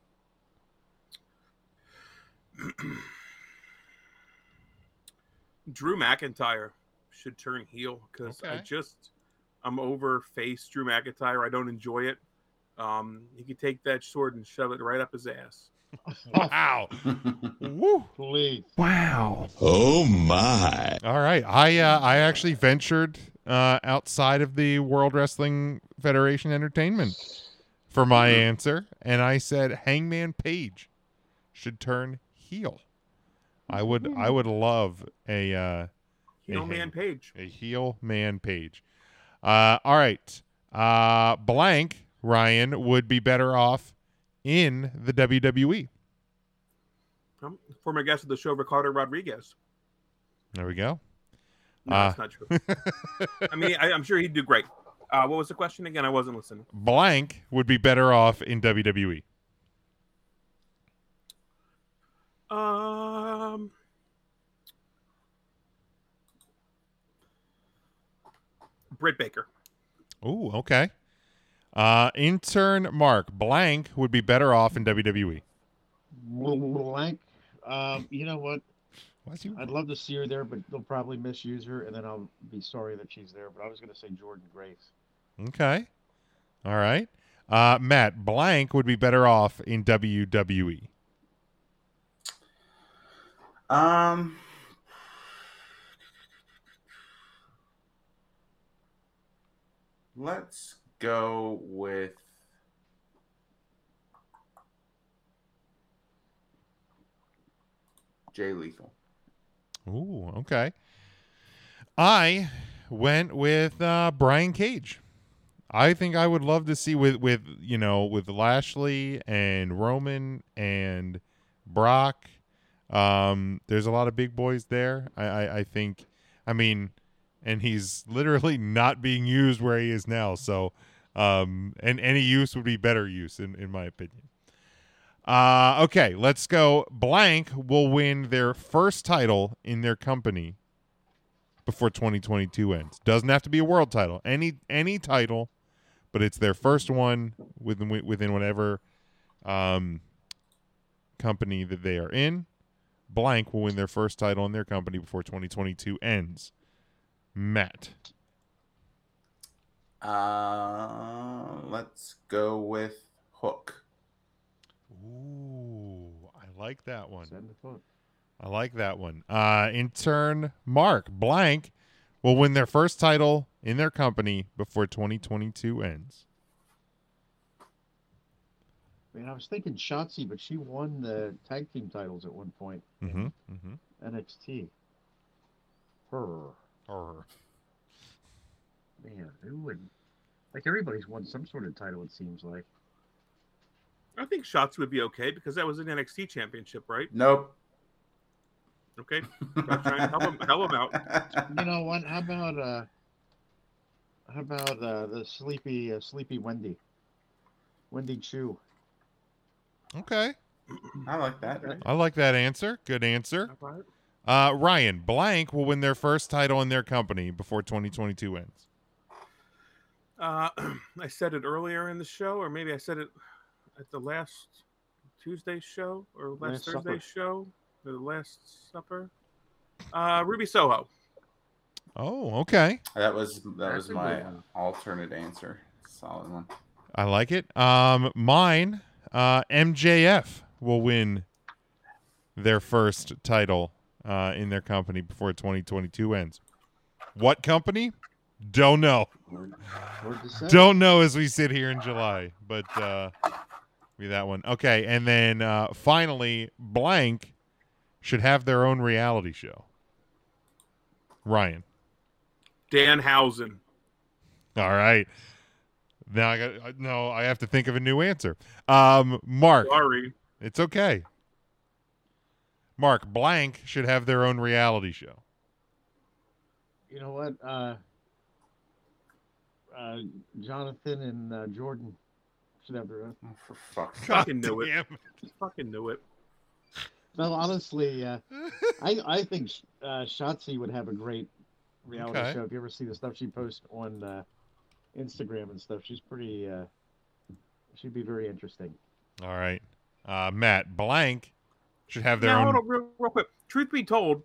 Drew McIntyre should turn heel because I Okay. just I'm over face Drew McIntyre. I don't enjoy it. Um, he could take that sword and shove it right up his ass. Wow. Woo. Please. Wow. Oh my. All right. I uh, I actually ventured uh, outside of the World Wrestling Federation entertainment for my answer, and I said Hangman Page should turn heel. I would I would love a uh, Heel Mhm. man Page. a heel man Page. Uh, all right. Uh, blank Ryan would be better off in the E. WWE. Um, former guest of the show, Ricardo Rodriguez. There we go. Uh, No, Ah. that's not true. I mean, I, I'm sure he'd do great. Uh, what was the question again? I wasn't listening. Blank would be better off in E. WWE. Um, Britt Baker. Ooh, okay. Uh, intern Mark Blank would be better off in E. WWE. Blank. Um, you know what? Why's he? I'd love to see her there, but they'll probably misuse her, and then I'll be sorry that she's there. But I was going to say Jordan Grace. Okay. All right. Uh, Matt Blank would be better off in E. WWE. Um, let's go with. Jay Lethal. Ooh, okay. I went with uh, Brian Cage. I think I would love to see with with you know with Lashley and Roman and Brock. Um, there's a lot of big boys there. I, I I think. I mean, and he's literally not being used where he is now. So, um, and any use would be better use in in my opinion. Uh, okay, let's go. Blank will win their first title in their company before 2022 ends. Doesn't have to be a world title. Any any title, but it's their first one within within whatever um, company that they are in. Blank will win their first title in their company before 2022 ends. Matt. Uh, let's go with Hook. Ooh, I like that one. Send the phone. I like that one. Uh, in turn, Mark Blank will win their first title in their company before 2022 ends. Man, I was thinking Shotzi, but she won the tag team titles at one point. Mm-hmm. Mm-hmm. NXT. Her. Or Man, who would? Like everybody's won some sort of title. It seems like. I think Shots would be okay because that was an NXT championship, right? Nope. Okay. I'm trying to help him, help him out. You know what? How about uh? How about uh the sleepy uh, sleepy Wendy? Wendy Chu. okay, I like that. I like that answer. Good answer. All right. Uh, Ryan Blank will win their first title in their company before 2022 ends. Uh, I said it earlier in the show, or maybe I said it at the last Tuesday show or Last last, Thursday Supper. show or the last supper. Uh, Ruby Soho. Oh, okay. That was that That's was a my good one. alternate answer. Solid one. I like it. Um, mine, uh, MJF will win their first title uh, in their company before 2022 ends. What company? Don't know. Hard to say. Don't know as we sit here in July, but uh, be that one. Okay, and then uh, finally, blank should have their own reality show. Ryan. Dan Housen. All right. Now I got I- no. I have to think of a new answer. Um, Mark. Sorry. It's okay. Mark Blank should have their own reality show. You know what? Uh, uh, Jonathan and uh, Jordan should have their own. Oh, for fuck's sake. Fucking knew it. damn. Fucking knew it. No, honestly, uh, I I think uh, Shotzi would have a great reality Okay. show. If you ever see the stuff she posts on uh, Instagram and stuff, she's pretty. Uh, she'd be very interesting. All right. Uh, Matt Blank should have their now, own. hold on, real, real quick. Truth be told,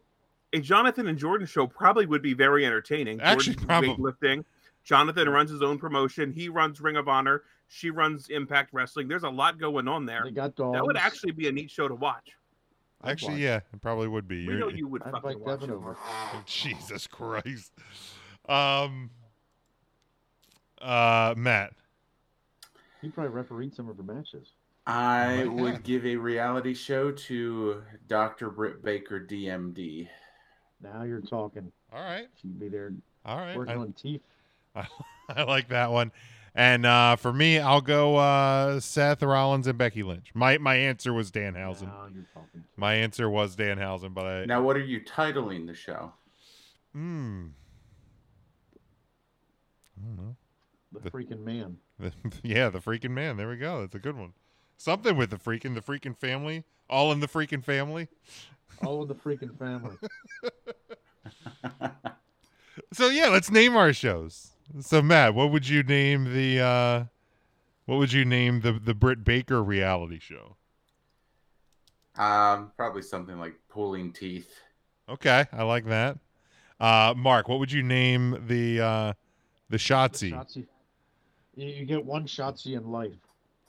a Jonathan and Jordan show probably would be very entertaining. Actually, Jordan's probably. weightlifting. Jonathan runs his own promotion. He runs Ring of Honor. She runs Impact Wrestling. There's a lot going on there. They got dogs. That would actually be a neat show to watch. I'd Actually, watch. yeah, it probably would be. We You're- know you would I'd fucking like watch. Devin over. Jesus Christ. Um. Uh, Matt. He probably refereed some of her matches. I Oh my would God. give a reality show to Dr. Britt Baker, DMD. Now you're talking. All right. She'd be there All right. working I- on teeth. I, I like that one. And uh, for me, I'll go uh, Seth Rollins and Becky Lynch. My my answer was Danhausen. Now you're talking. My answer was Danhausen, but I Now, what are you titling the show? Hmm. I don't know. The, The- freaking man. yeah, the freaking man. There we go. That's a good one. Something with the freaking, the freaking family, all in the freaking family. All in the freaking family. So yeah, let's name our shows. So Matt, what would you name the? uh What would you name the the Britt Baker reality show? um, probably something like pulling teeth. Okay, I like that. Uh Mark, what would you name the uh the Shotzi? Shotzi. You, you get one Shotzi in life.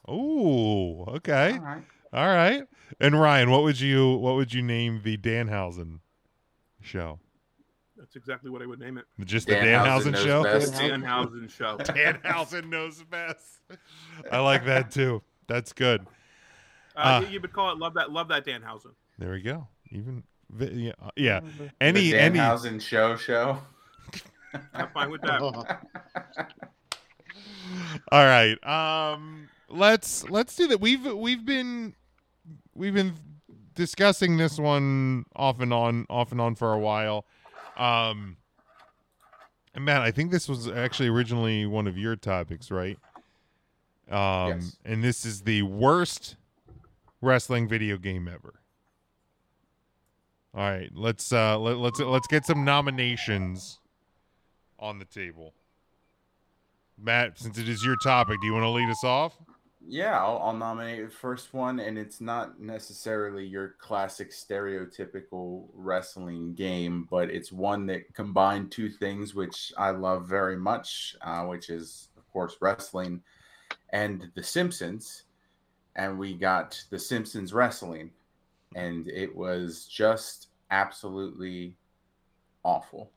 Oh, okay. All right. All right. And Ryan, what would you what would you name the Danhausen show? That's exactly what I would name it. Just the Danhausen Danhausen knows show? best. Danhausen show. Uh, Danhausen knows best. I like that too. That's good. Uh, Ah. you would call it love that love that Danhausen. There we go. Even vi- yeah, uh, yeah. Any the any Danhausen show show. I'm fine with Oh, that. Oh, All right. Um let's let's do that. We've we've been we've been discussing this one off and on off and on for a while. Um and Matt, I think this was actually originally one of your topics, right? Um Yes. and this is the worst wrestling video game ever. All right, let's uh let, let's let's get some nominations on the table. Matt, since it is your topic, do you want to lead us off? Yeah, I'll, I'll nominate the first one, and it's not necessarily your classic stereotypical wrestling game, but it's one that combined two things which I love very much, uh, which is, of course, wrestling and The Simpsons. And we got The Simpsons Wrestling, and it was just absolutely awful.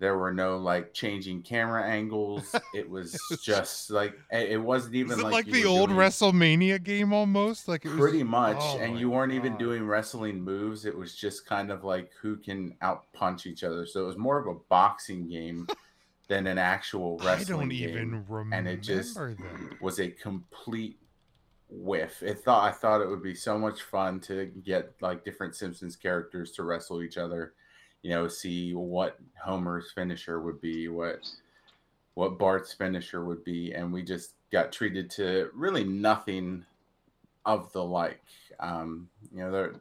There were no like changing camera angles. It was just like it it wasn't even Is it like, like you the were old doing- WrestleMania game almost? Like it was pretty much Oh and my you weren't even God. doing wrestling moves it was just kind of like who can out punch each other so it was more of a boxing game than an actual I wrestling don't game even remember and it just- that. was a complete whiff it thought i thought it would be so much fun to get like different simpsons characters to wrestle each other you know see what homer's finisher would be what what bart's finisher would be and we just got treated to really nothing of the like. Um, you know, the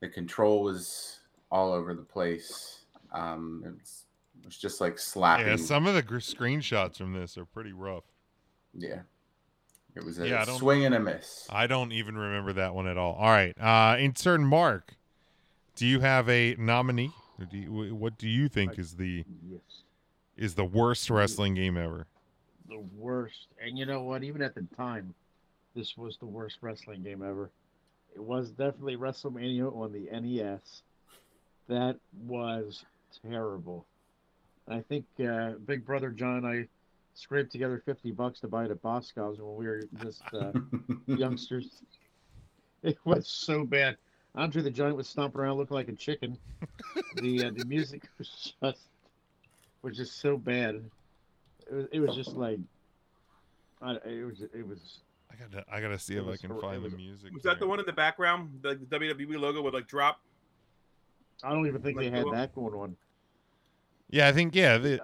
the control was all over the place. Um, it, was, it was just like slapping. Yeah, some of the gr- screenshots from this are pretty rough. Yeah. it was a Yeah, I don't- swing and a miss. I don't even remember that one at all. All right, uh, intern Mark, do you have a nominee? Or do you, wh- what do you think is the Yes. is the worst wrestling game ever? the worst. And you know what? Even at the time, this was the worst wrestling game ever. It was definitely WrestleMania on the NES. That was terrible. I think uh, Big Brother John and I scraped together 50 bucks to buy it at Boscov's when we were just uh, youngsters. It was so bad. Andre the Giant was stomping around looking like a chicken. The uh, the music was just was just so bad. It was, it was just like I, it was it was I gotta I gotta see It if I was can hor- find it the was- music. Was that the here. one in the background? The, the WWE logo would like drop. I don't even think they Like, had well- that going on. Yeah, I think yeah. The,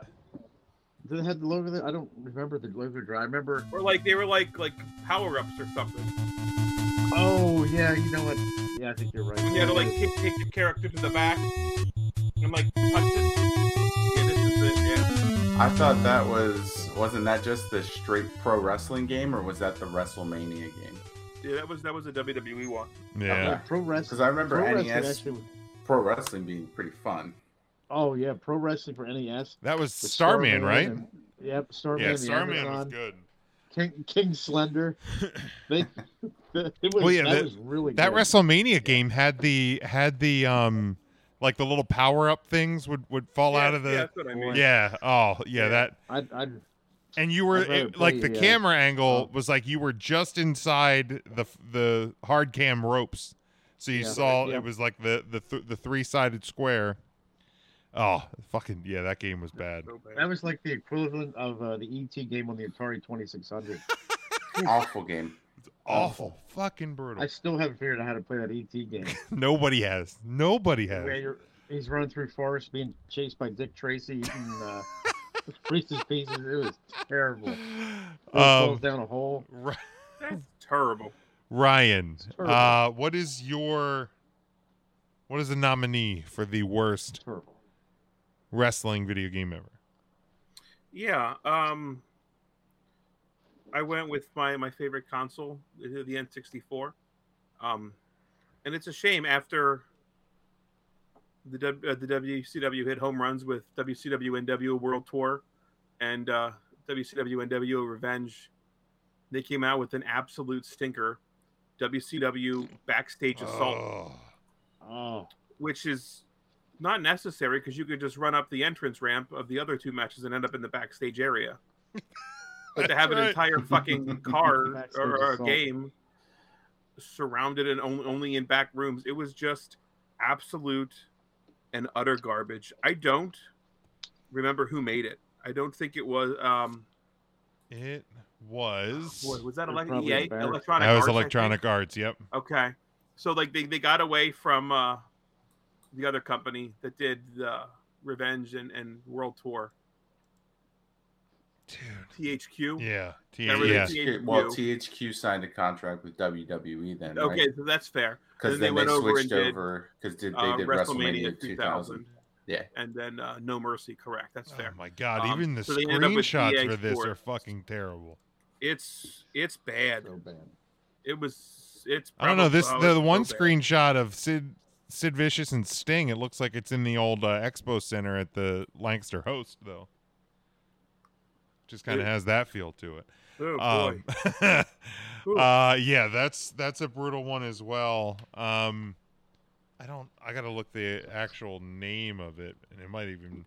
Did it have the logo? There? I don't remember the logo. there. I remember. Or like they were like like power ups or something. Oh yeah, you know what? Yeah, I think you're right. When you had to like kick, take your character to the back and like touch it. Yeah, this is it. Yeah. I thought that was wasn't that just the straight pro wrestling game, or was that the WrestleMania game? Yeah, that was that was a WWE one. Yeah. Like, pro wrestling. Because I remember E pro wrestling NES actually- pro wrestling being pretty fun. Oh yeah, pro wrestling for NES. That was with Starman, right? and- yep, Starman. Yeah, and the Starman was Amazon, good. King, King Slender. They, it was, Well, yeah, that, that- was really That good. WrestleMania game had the had the um like the little power up things would would fall yeah, out of yeah, the that's what I yeah, mean. oh yeah, Yeah. that I, I, and you were I'd rather it, like play, the yeah. camera angle Oh. was like you were just inside the f- the hard cam ropes so you Yeah. saw Yeah. it was like the the th- the three sided square oh fucking yeah that game was bad So bad. that was like the equivalent of uh, the ET game on the Atari 2600. Awful game. awful fucking brutal I still haven't figured out how to play that ET game. nobody has nobody has Where you're, he's running through forests, being chased by Dick Tracy, eating uh, Reese's Pieces. It was terrible. He falls um down a hole. Ri- That's terrible. Ryan terrible. uh what is your what is the nominee for the worst Terrible. wrestling video game ever Yeah. Um, I went with my my favorite console, the the N64, um, and it's a shame after the W- uh, the WCW hit home runs with WCW NW World Tour and uh, WCW NW Revenge. They came out with an absolute stinker, WCW Backstage Assault Ugh. Oh, which is not necessary because you could just run up the entrance ramp of the other two matches and end up in the backstage area. but to have an That's entire fucking car Backstage or, or a assault. game surrounded and only, only in back rooms, it was just absolute and utter garbage. I don't remember who made it. I don't think it was. Um, it was boy, was that E They're elec- probably EA? embarrassed. Electronic that was Arts, I think? electronic arts yep Okay. So like they, they got away from uh, the other company that did the Revenge and, and World Tour. Dude. THQ. Yeah. That Yeah. really yeah. is- THQ well, THQ signed a contract with WWE then, Okay, right? so that's fair. Because then then they they, went over switched and did, over because did, they Uh, did WrestleMania, WrestleMania 2000. 2000. Yeah. And then uh, No Mercy, correct. That's Oh fair. my god! Um, Even the so they ended up with EA screenshots for this Sports. are fucking terrible. It's it's bad. so bad. It was it's I don't know. This probably- the, oh, it's one so bad. screenshot of Sid Sid Vicious and Sting. It looks like it's in the old uh, Expo Center at the Lancaster Host, though. Just kind of It- has that feel to it. Oh boy. Um, Ooh. uh, yeah, that's that's a brutal one as well. Um, I don't. I gotta look the actual name of it, and it might even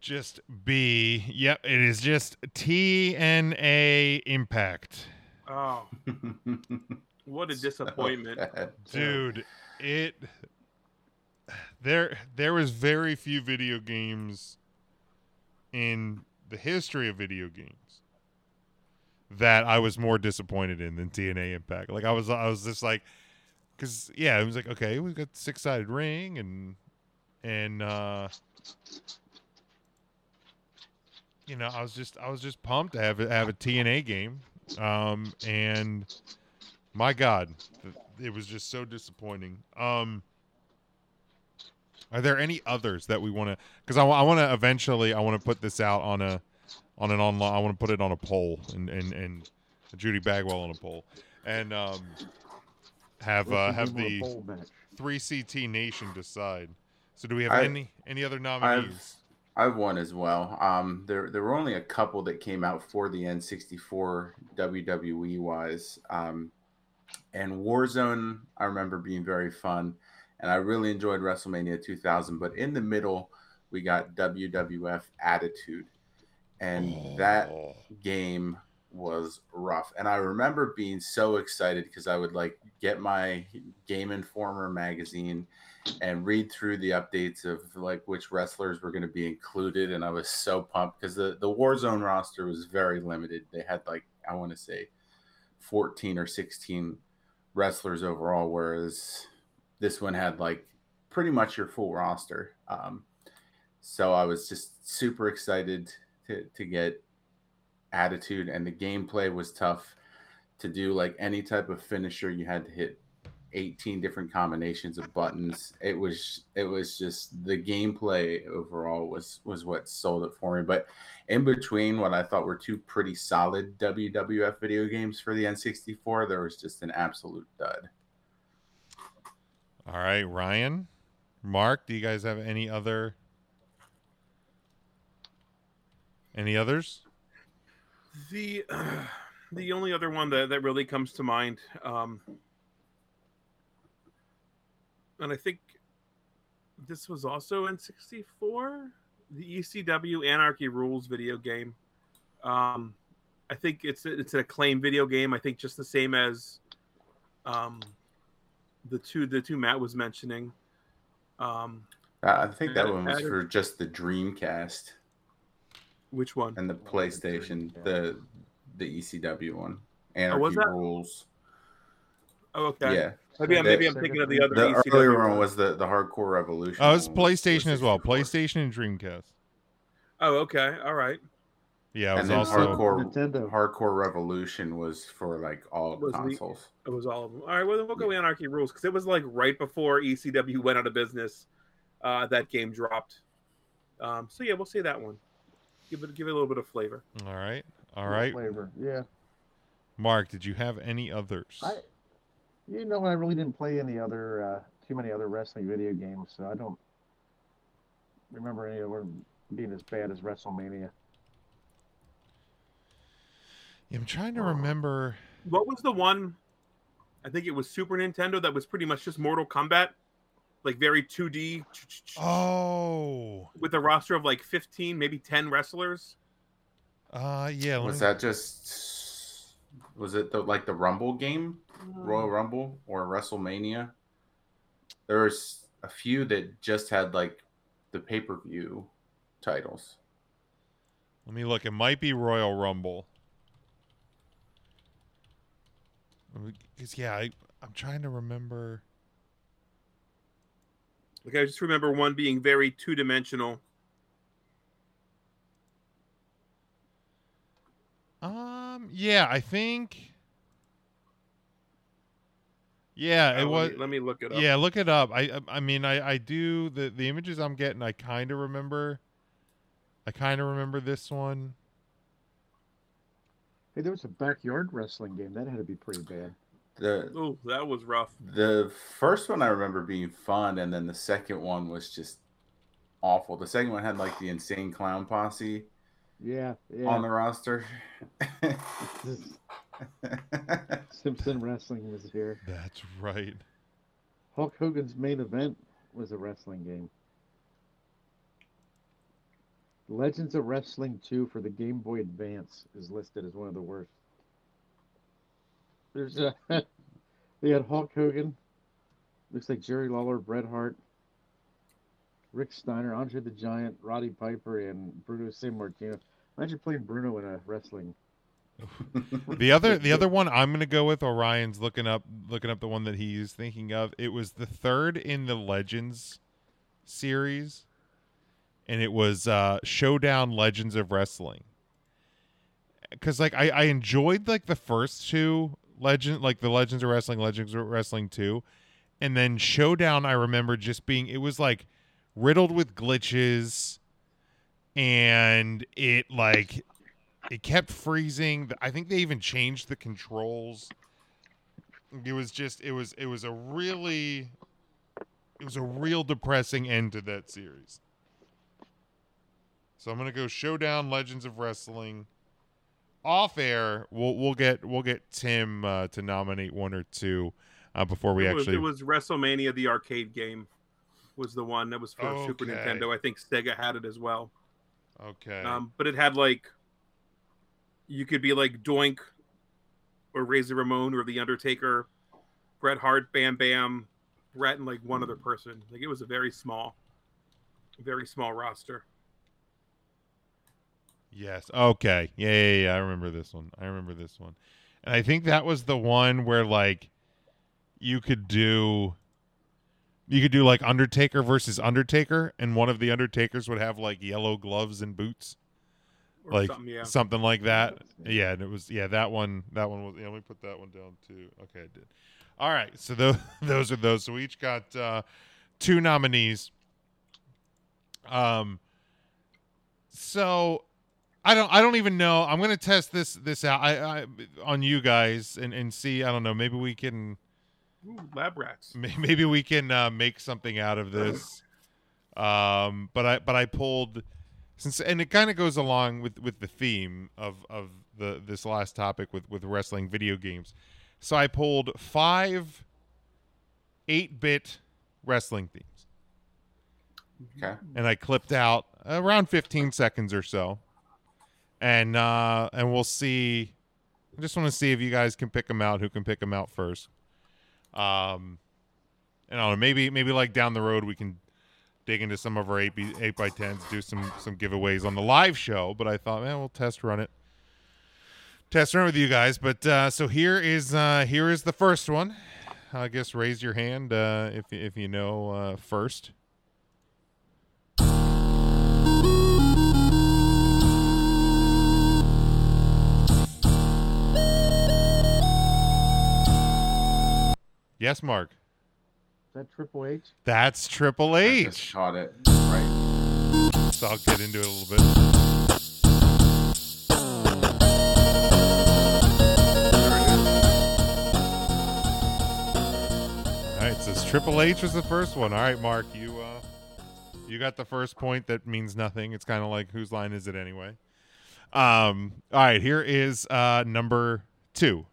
just be. Yep, it is just TNA Impact, oh, what a disappointment. dude. It there there was very few video games in the history of video games that I was more disappointed in than TNA Impact. Like I was I was just like cuz yeah, it was like okay, we've got six-sided ring and and uh you know, I was just I was just pumped to have a, have a TNA game. Um and my god, th- it was just so disappointing. Um are there any others that we want to because I, want to eventually I want to put this out on a on an online I want to put it on a poll and and and Judy Bagwell on a poll and um have Let's uh, give have him a the bowl match. three CT Nation decide. So do we have I- any any other I've nominees? I've won as well. Um, there there were only a couple that came out for the N64 WWE wise. Um, and Warzone, I remember being very fun, and I really enjoyed WrestleMania 2000. But in the middle, we got WWF Attitude, and that Oh. game was rough. And I remember being so excited because I would like get my Game Informer magazine and read through the updates of like which wrestlers were going to be included. And I was so pumped because the, the Warzone roster was very limited. They had like, I want to say 14 or 16 wrestlers overall, whereas this one had like pretty much your full roster. Um, So I was just super excited to, to get attitude, and the gameplay was tough to do like any type of finisher. You had to hit 18 different combinations of buttons. It was it was just the gameplay overall was was what sold it for me. But in between what I thought were two pretty solid WWF video games for the N64, there was just an absolute dud. All right, Ryan, Mark, do you guys have any other any others? The the only other one that, that really comes to mind, um, and I think this was also in '64, the ECW Anarchy Rules video game. Um, I think it's it's an acclaimed video game. I think just the same as um, the two the two Matt was mentioning. Um, Uh, I I think that one was Added- for just the Dreamcast which one? and Oh, the PlayStation, the the ECW one. And was that- rules. Oh, okay. Yeah. Maybe I'm The- maybe I'm thinking of the other The ECW earlier one was the, the hardcore revolution. Oh, it's one, which was PlayStation as well. 64. PlayStation and Dreamcast. Oh, okay. All right. Yeah, it was And then also hardcore Nintendo. hardcore revolution was for like all Was the- consoles. It was all of them. All right, well then we'll go Anarchy Rules because it was like right before ECW went out of business. Uh, that game dropped. Um, so yeah, we'll say that one. Give it give it a little bit of flavor. All right. All right. Flavor. Yeah. Mark, did you have any others? I, you know, I really didn't play any other, uh, too many other wrestling video games, so I don't remember any of them being as bad as WrestleMania. I'm trying to remember. What was the one? I think it was Super Nintendo that was pretty much just Mortal Kombat, like very 2D Oh. with a roster of like 15, maybe 10 wrestlers. Uh yeah. let Was me- that just was it the like the Rumble game, Royal Rumble or WrestleMania? There's a few that just had like the pay per view titles. Let me look. It might be Royal Rumble. Cause yeah, I, I'm trying to remember. Like I just remember one being very two dimensional. Um. Yeah, I think. Yeah, it was. Let me, let me look it up. Yeah, look it up. I I- I mean I I do the the images I'm getting. I kind of remember. I kind of remember this one. Hey, there was a backyard wrestling game that had to be pretty bad. The Oh, that was rough. the first one I remember being fun, and then the second one was just awful. The second one had like the insane clown posse Yeah, yeah. on the roster. This- Simpson wrestling was here. That's right. Hulk Hogan's main event was a wrestling game. Legends of Wrestling 2 for the Game Boy Advance is listed as one of the worst. There's a they had Hulk Hogan, looks like Jerry Lawler, Bret Hart, Rick Steiner, Andre the Giant, Roddy Piper, and Bruno San Martino. Imagine playing Bruno in a wrestling. The other the other one I'm gonna go with Orion's looking up looking up the one that he's thinking of. It was the third in the Legends series, and it was uh, Showdown Legends of Wrestling. Because like I I enjoyed like the first two legend like the Legends of Wrestling Legends of Wrestling two, and then Showdown I remember just being it was like riddled with glitches, and it like it kept freezing. Th- I think they even changed the controls. It was just it was it was a really it was a real depressing end to that series. So I'm gonna go Showdown Legends of Wrestling. Off air, we'll we'll get we'll get Tim uh, to nominate one or two uh, before we it actually. was, it was WrestleMania, the arcade game, was the one that was for Super Okay. Nintendo. I think Sega had it as well, okay. um, but it had like you could be like Doink or Razor Ramon or The Undertaker, Bret Hart, Bam Bam, Bret, and like one other person. Like it was a very small, very small roster. Yes. Okay. Yeah, yeah, yeah. I remember this one. I remember this one. And I think that was the one where like you could do You could do like Undertaker versus Undertaker, and one of the Undertakers would have like yellow gloves and boots, or like something, yeah. something like that. Yeah, and it was yeah that one that one was. Yeah, let me put that one down too. Okay, I did. All right, so those those are those. So we each got uh, two nominees. Um, so I don't I don't even know. I'm gonna test this this out. I, I on you guys and and see. I don't know. Maybe we can. Ooh, lab rats. May- maybe we can uh, make something out of this. Um, but I but I pulled since and it kind of goes along with with the theme of of the this last topic with with wrestling video games. So I pulled five 8-bit wrestling themes Okay. and I clipped out around 15 seconds or so. And uh and we'll see I just want to see if you guys can pick them out, who can pick them out first. Um and I don't know, maybe maybe like down the road we can dig into some of our 8 b 8 by 10s, do some some giveaways on the live show, but I thought, man, we'll test run it. Test run with you guys, but uh so here is uh here is the first one. I guess raise your hand uh if if you know uh first. Yes, Mark. Is that Triple H? That's Triple I just H. caught it. Right. So I'll get into it a little bit. All right, so it's Triple H was the first one. All right, Mark, you uh, you got the first point. That means nothing. It's kind of like whose line is it anyway? Um. All right, here is uh number two.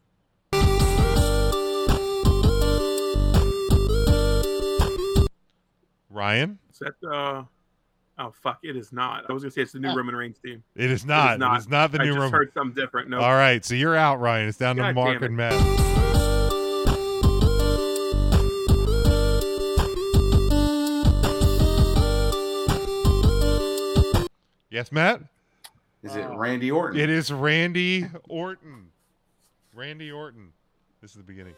Ryan, Is that uh oh fuck, it is not. I was gonna say it's the new Roman Reigns team. it is not. It is not, not. the I new just room. heard something different. No, All right, so you're out, Ryan. It's down to God Mark damn it. and Matt. Yes, Matt? Is Oh. it Randy Orton? It is Randy Orton. Randy Orton. This is the beginning.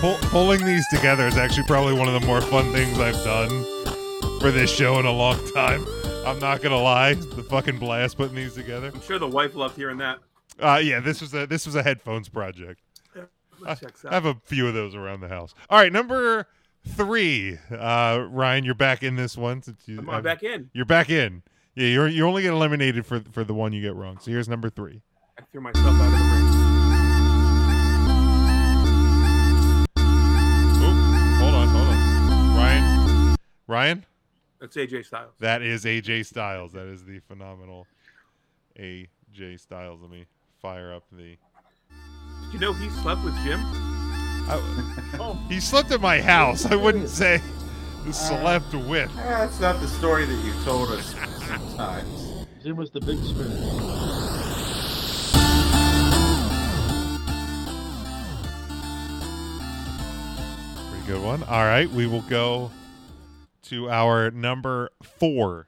Pull, pulling these together is actually probably one of the more fun things I've done for this show in a long time. I'm not gonna lie, the fucking blast putting these together. I'm sure the wife loved hearing that. Uh, yeah, this was a this was a headphones project. That checks I have out. a few of those around the house. All right, number three, uh, Ryan, you're back in this one. Since you, Come on uh, back in. You're back in. Yeah, you're you only get eliminated for for the one you get wrong. So here's number three. I threw myself out of the ring. Oop, hold on, hold on, Ryan. Ryan, That's AJ Styles. that is AJ Styles. That is the phenomenal AJ Styles. Let me fire up the. Did you know he slept with Jim? He slept at my house. I wouldn't say slept with. Ah, that's not the story that you've told us sometimes. Jim was the big spoon. Pretty good one. All right, we will go to our number four.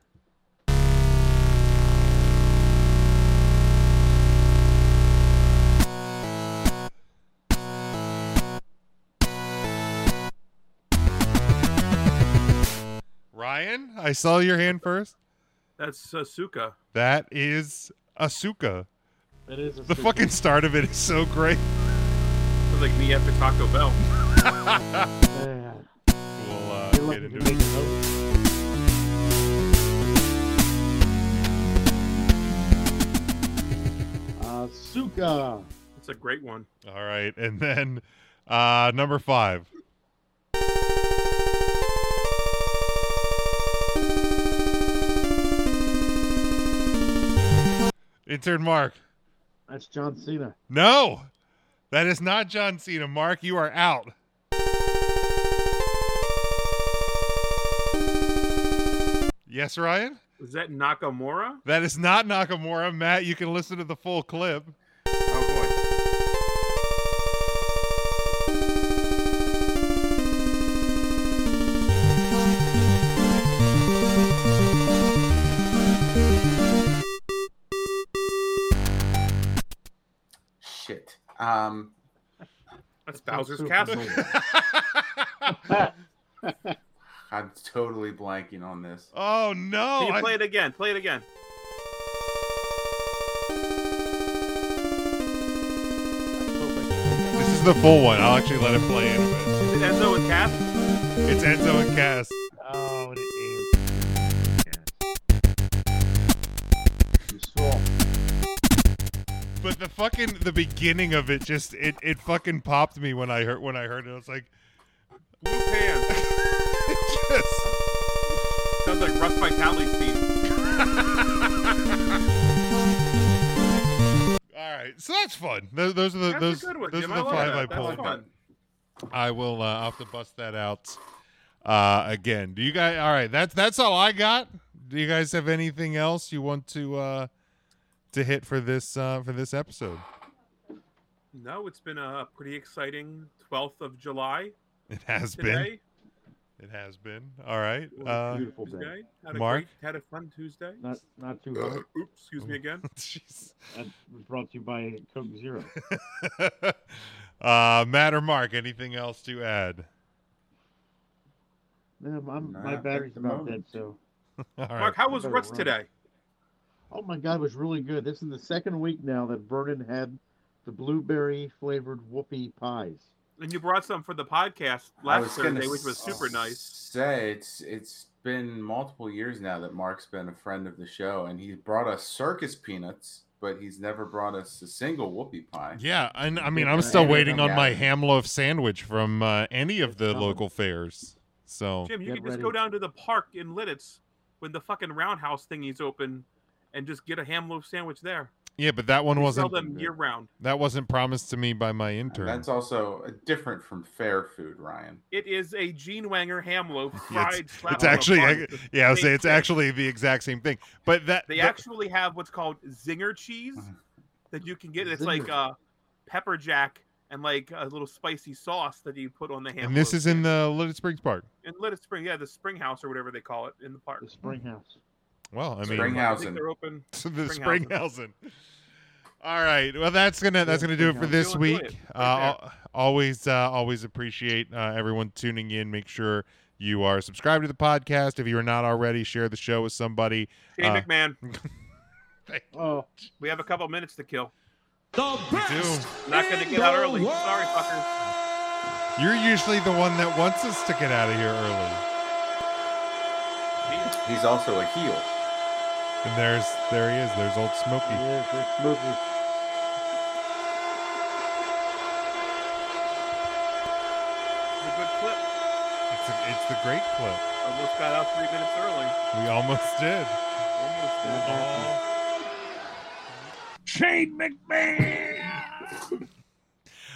Ryan, I saw your hand first. That's uh, Suka. That is Asuka. That is a The spoon. fucking start of it is so great. Sounds like me after Taco Bell. Yeah. We'll uh, You're get lucky into to it. make it over. Uh, Suka. It's a great one. All right, and then uh number five. Intern Mark. That's John Cena. No, that is not John Cena. Mark, you are out. Yes, Ryan? Is that Nakamura? That is not Nakamura. Matt, you can listen to the full clip. Oh boy. shit. Um, That's Bowser's Super Castle. Mario. I'm totally blanking on this. oh no! Can you I- play it again? Play it again. this is the full one. I'll actually let it play in a bit. Is it Enzo and Cass? It's Enzo and Cass. Oh, it is. You saw. But the fucking the beginning of it just it it fucking popped me when I heard when I heard it. I was like, Blue Pants. just Sounds like Russ Vitale's theme. all right. So that's fun. Those, those are the That's those a good one. those Jim. are the I five like that. I That's pulled. fun. I will. Uh, I'll have to bust that out uh, again. Do you guys? All right. That's that's all I got. Do you guys have anything else you want to uh, to hit for this uh, for this episode? No, it's been a pretty exciting 12th of July It has today. been. It has been. All right. It was a Uh, beautiful day. Tuesday. Had a Mark? great, had a fun Tuesday. Uh, Not not too hot. Oops, excuse me again. jeez. That was brought to you by Coke Zero. uh, Matt or Mark, anything else to add? No, I'm, Not my at battery's the about dead, moment. so. All right. Mark, how was Better Ruts run. today? Oh my God, it was really good. This is the second week now that Vernon had the blueberry flavored whoopie pies. And you brought some for the podcast I last gonna Thursday, which was super s- nice. Say it's it's been multiple years now that Mark's been a friend of the show, and he's brought us circus peanuts, but he's never brought us a single whoopie pie. Yeah, and I mean, Yeah, I'm still and- waiting on yeah. my ham loaf sandwich from uh, any of the It's coming. local fairs. So Jim, you Get could just ready. go down to the park in Lidditz when the fucking roundhouse thingy's open and just get a ham loaf sandwich there. yeah, but that one They sell wasn't them year round. that wasn't promised to me by my And intern. that's also uh, different from fair food, Ryan. It is a Gene Wanger ham loaf Yeah, fried slapped it's on a actually bun. ac- yeah, I was They say it's fit. actually the exact same thing. But Uh-huh. that They the- actually have what's called zinger cheese that you can get. It's like Zinger. uh, pepper jack and like a little spicy sauce that you put on the ham. and this loaf is in sandwich. the Little Springs Park. in Lidditz Spring, yeah, the Spring House or whatever they call it in the park. The spring house. Well, I mean, Springhausen. I think they're open. to the Springhausen. Springhausen. All right. Well, that's gonna that's Yeah, gonna do it for Springhausen. this You'll week. enjoy it. Uh, Right al- always uh, always appreciate uh, everyone tuning in. Make sure you are subscribed to the podcast. If you are not already, share the show with somebody. Shane Uh, McMahon, Oh, we have a couple minutes to kill. The best. Not gonna in get out the early. Sorry, world. You're usually the one that wants us to get out of here early. Jeez. He's also a heel. And there's there he is. There's old Smokey. yeah, it's smoky. It's a good clip. It's a, it's the great clip. Almost got out three minutes early. We almost did. Almost did. Shane McMahon.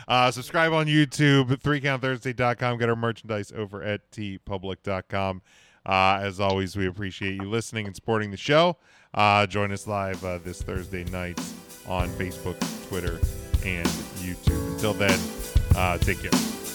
Uh, subscribe on YouTube, 3countthursday.com. Get our merchandise over at tpublic.com. Uh, as always, we appreciate you listening and supporting the show. Uh, join us live uh, this Thursday night on Facebook, Twitter, and YouTube. Until then, uh, take care.